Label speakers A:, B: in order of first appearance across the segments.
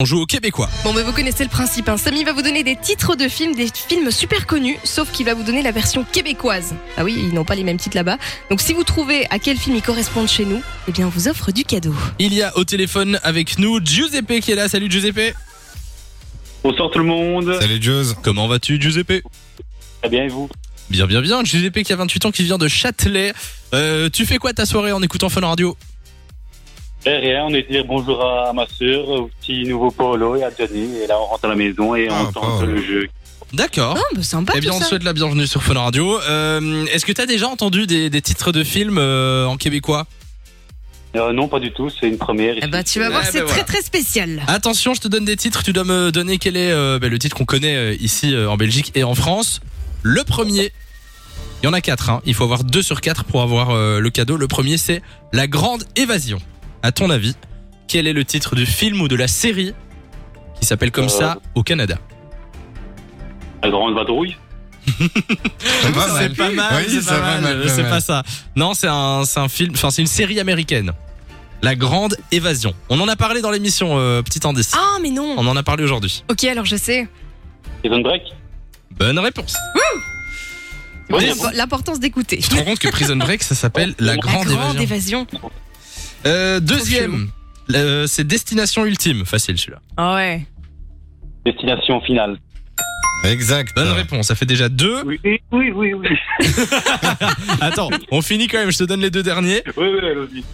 A: On joue au québécois.
B: Bon, mais vous connaissez le principe. Hein. Samy va vous donner des titres de films, des films super connus, sauf qu'il va vous donner la version québécoise. Ah oui, ils n'ont pas les mêmes titres là-bas. Donc, si vous trouvez à quel film ils correspondent chez nous, eh bien, on vous offre du cadeau.
A: Il y a au téléphone avec nous Giuseppe qui est là. Salut Giuseppe.
C: Bonsoir tout le monde.
D: Salut Jules.
A: Comment vas-tu Giuseppe
C: Très bien et vous
A: Bien, bien, bien. Giuseppe qui a 28 ans, qui vient de Châtelet. Euh, tu fais quoi ta soirée en écoutant Fun Radio
C: Eh, Rien, on est dire bonjour à ma soeur, au petit nouveau Paolo et à Johnny. Et là, on rentre à la maison et
D: Ah,
C: on tente
D: Paolo.
C: le jeu.
A: D'accord.
B: Oh, bah, sympa
A: eh
B: tout
A: bien, on te
B: ça.
A: souhaite la bienvenue sur Fun Radio. Euh, Est-ce que t'as déjà entendu des, des titres de films euh, en québécois
C: Euh, non, pas du tout, c'est une première.
B: Eh
C: ici.
B: bah, tu vas voir,
A: Eh
B: c'est
A: ben, voilà.
B: très très spécial.
A: Attention, je te donne des titres. Tu dois me donner quel est euh, ben, le titre qu'on connaît euh, ici euh, en Belgique et en France. Le premier, il y en a quatre. hein. Il faut avoir deux sur quatre pour avoir euh, le cadeau. Le premier, c'est La Grande Évasion. À ton avis, quel est le titre du film ou de la série qui s'appelle comme
C: Euh.
A: ça au Canada
C: La grande vadrouille.
D: C'est pas mal.
A: pas mal.
D: Oui,
A: Ah, c'est pas, mal,
D: pas
A: c'est
D: mal.
A: pas ça. Non, c'est un, c'est un film. Enfin, c'est une série américaine. La Grande Évasion. On en a parlé dans l'émission. euh, petit indice.
B: Ah, mais non.
A: On en a parlé aujourd'hui.
B: Ok, alors je sais.
C: Prison Break.
A: Bonne réponse.
B: C'est bon,
C: Oui,
B: l'impo- L'importance d'écouter.
A: Tu te rends compte que Prison Break, ça s'appelle La
B: La
A: Grande Évasion.
B: évasion.
A: Euh, deuxième, euh, c'est Destination Ultime. Facile celui-là.
B: Ah ouais.
C: Destination finale.
D: Exact.
A: Bonne réponse, ça fait déjà deux.
C: Oui, oui, oui, oui. Oui,
A: Attends, on finit quand même, je te donne les deux derniers.
C: oui, oui allons-y.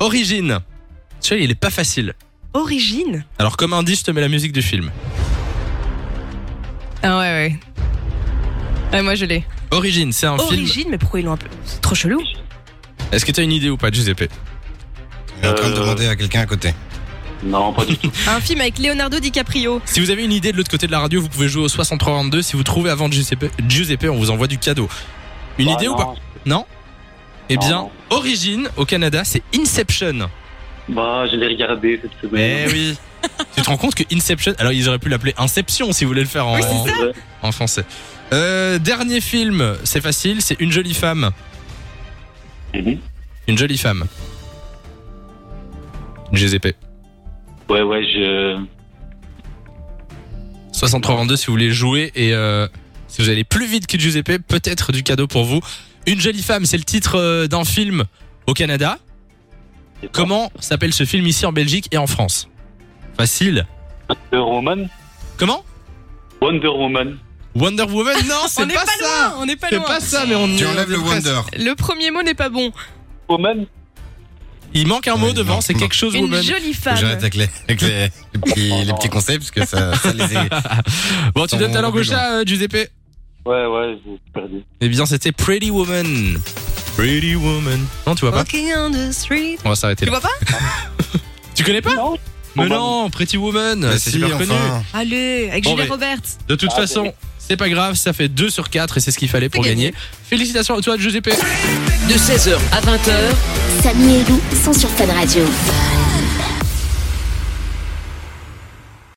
A: Origine. Celui-là, il est pas facile.
B: Origine.
A: Alors, comme indice, je te mets la musique du film.
B: Ah ouais, ouais. Ouais, moi je l'ai.
A: Origine, c'est un film.
B: Origine, mais pourquoi ils l'ont appelé C'est trop chelou.
A: Est-ce que t'as une idée ou pas, Giuseppe
D: On est en train de
C: Euh,
D: demander à quelqu'un à côté.
C: Non, pas du tout.
B: Un film avec Leonardo DiCaprio.
A: Si vous avez une idée de l'autre côté de la radio, vous pouvez jouer au 6322. Si vous trouvez avant Giuseppe, Giuseppe on vous envoie du cadeau. Une
C: Bah,
A: idée ou
C: non.
A: pas Eh bien,
C: Non.
A: Origine, au Canada, c'est Inception.
C: Bah, je l'ai regardé cette
A: Mais
C: semaine.
A: oui. tu te rends compte que Inception. Alors, ils auraient pu l'appeler Inception si vous voulez le faire en,
B: Oui, c'est ça.
C: Ouais.
A: en français. Euh, dernier film, c'est facile, c'est Une jolie femme.
C: Mhm.
A: Une jolie femme. GZP.
C: Ouais, ouais, je.
A: 6322 si vous voulez jouer et euh, si vous allez plus vite que Giuseppe, peut-être du cadeau pour vous. Une jolie femme, c'est le titre euh, d'un film au Canada. Comment s'appelle ce film ici en Belgique et en France Facile.
C: Wonder Woman.
A: Comment
C: Wonder Woman.
A: Wonder Woman Non, c'est
B: on n'est
A: pas,
B: pas,
A: ça.
B: loin. On n'est pas
A: C'est
B: loin.
A: pas ça, mais on y
D: Tu
B: Mmh,
A: est,
D: enlèves
A: on est
D: le
A: presque.
D: Wonder.
B: Le premier mot n'est pas bon.
C: Woman.
A: Il manque un
D: Ouais,
A: mot
D: il
A: devant,
D: manque-
A: c'est quelque chose,
B: Une
A: woman.
B: jolie
D: Faut que
B: femme.
D: J'arrête avec les, avec les, les petits, les petits conseils parce que ça, ça les est.
A: Bon, tu donnes ta
D: Attends,
A: langue au chat, euh, Giuseppe
C: Ouais, ouais, j'ai perdu.
A: Eh bien, c'était Pretty Woman. Pretty Woman. Non, tu vois pas
B: Walking on the street.
A: On va s'arrêter
B: Hein Tu
A: là.
B: vois pas
A: Tu connais pas
C: Non.
A: Mais
C: Woman.
A: non, Pretty Woman,
D: Bah
A: Ah, c'est
D: si,
A: super connu.
D: enfin.
B: Allez, avec
A: Bon,
B: Julia
A: mais-
B: Roberts.
A: De toute
C: Ah,
A: façon,
C: oui.
A: c'est pas grave, ça fait 2 sur 4 et c'est ce qu'il fallait pour
B: C'est gagné.
A: gagner. Félicitations à toi, Giuseppe.
E: de 16h à 20h,
F: Samy et Lou sont sur Fan Radio.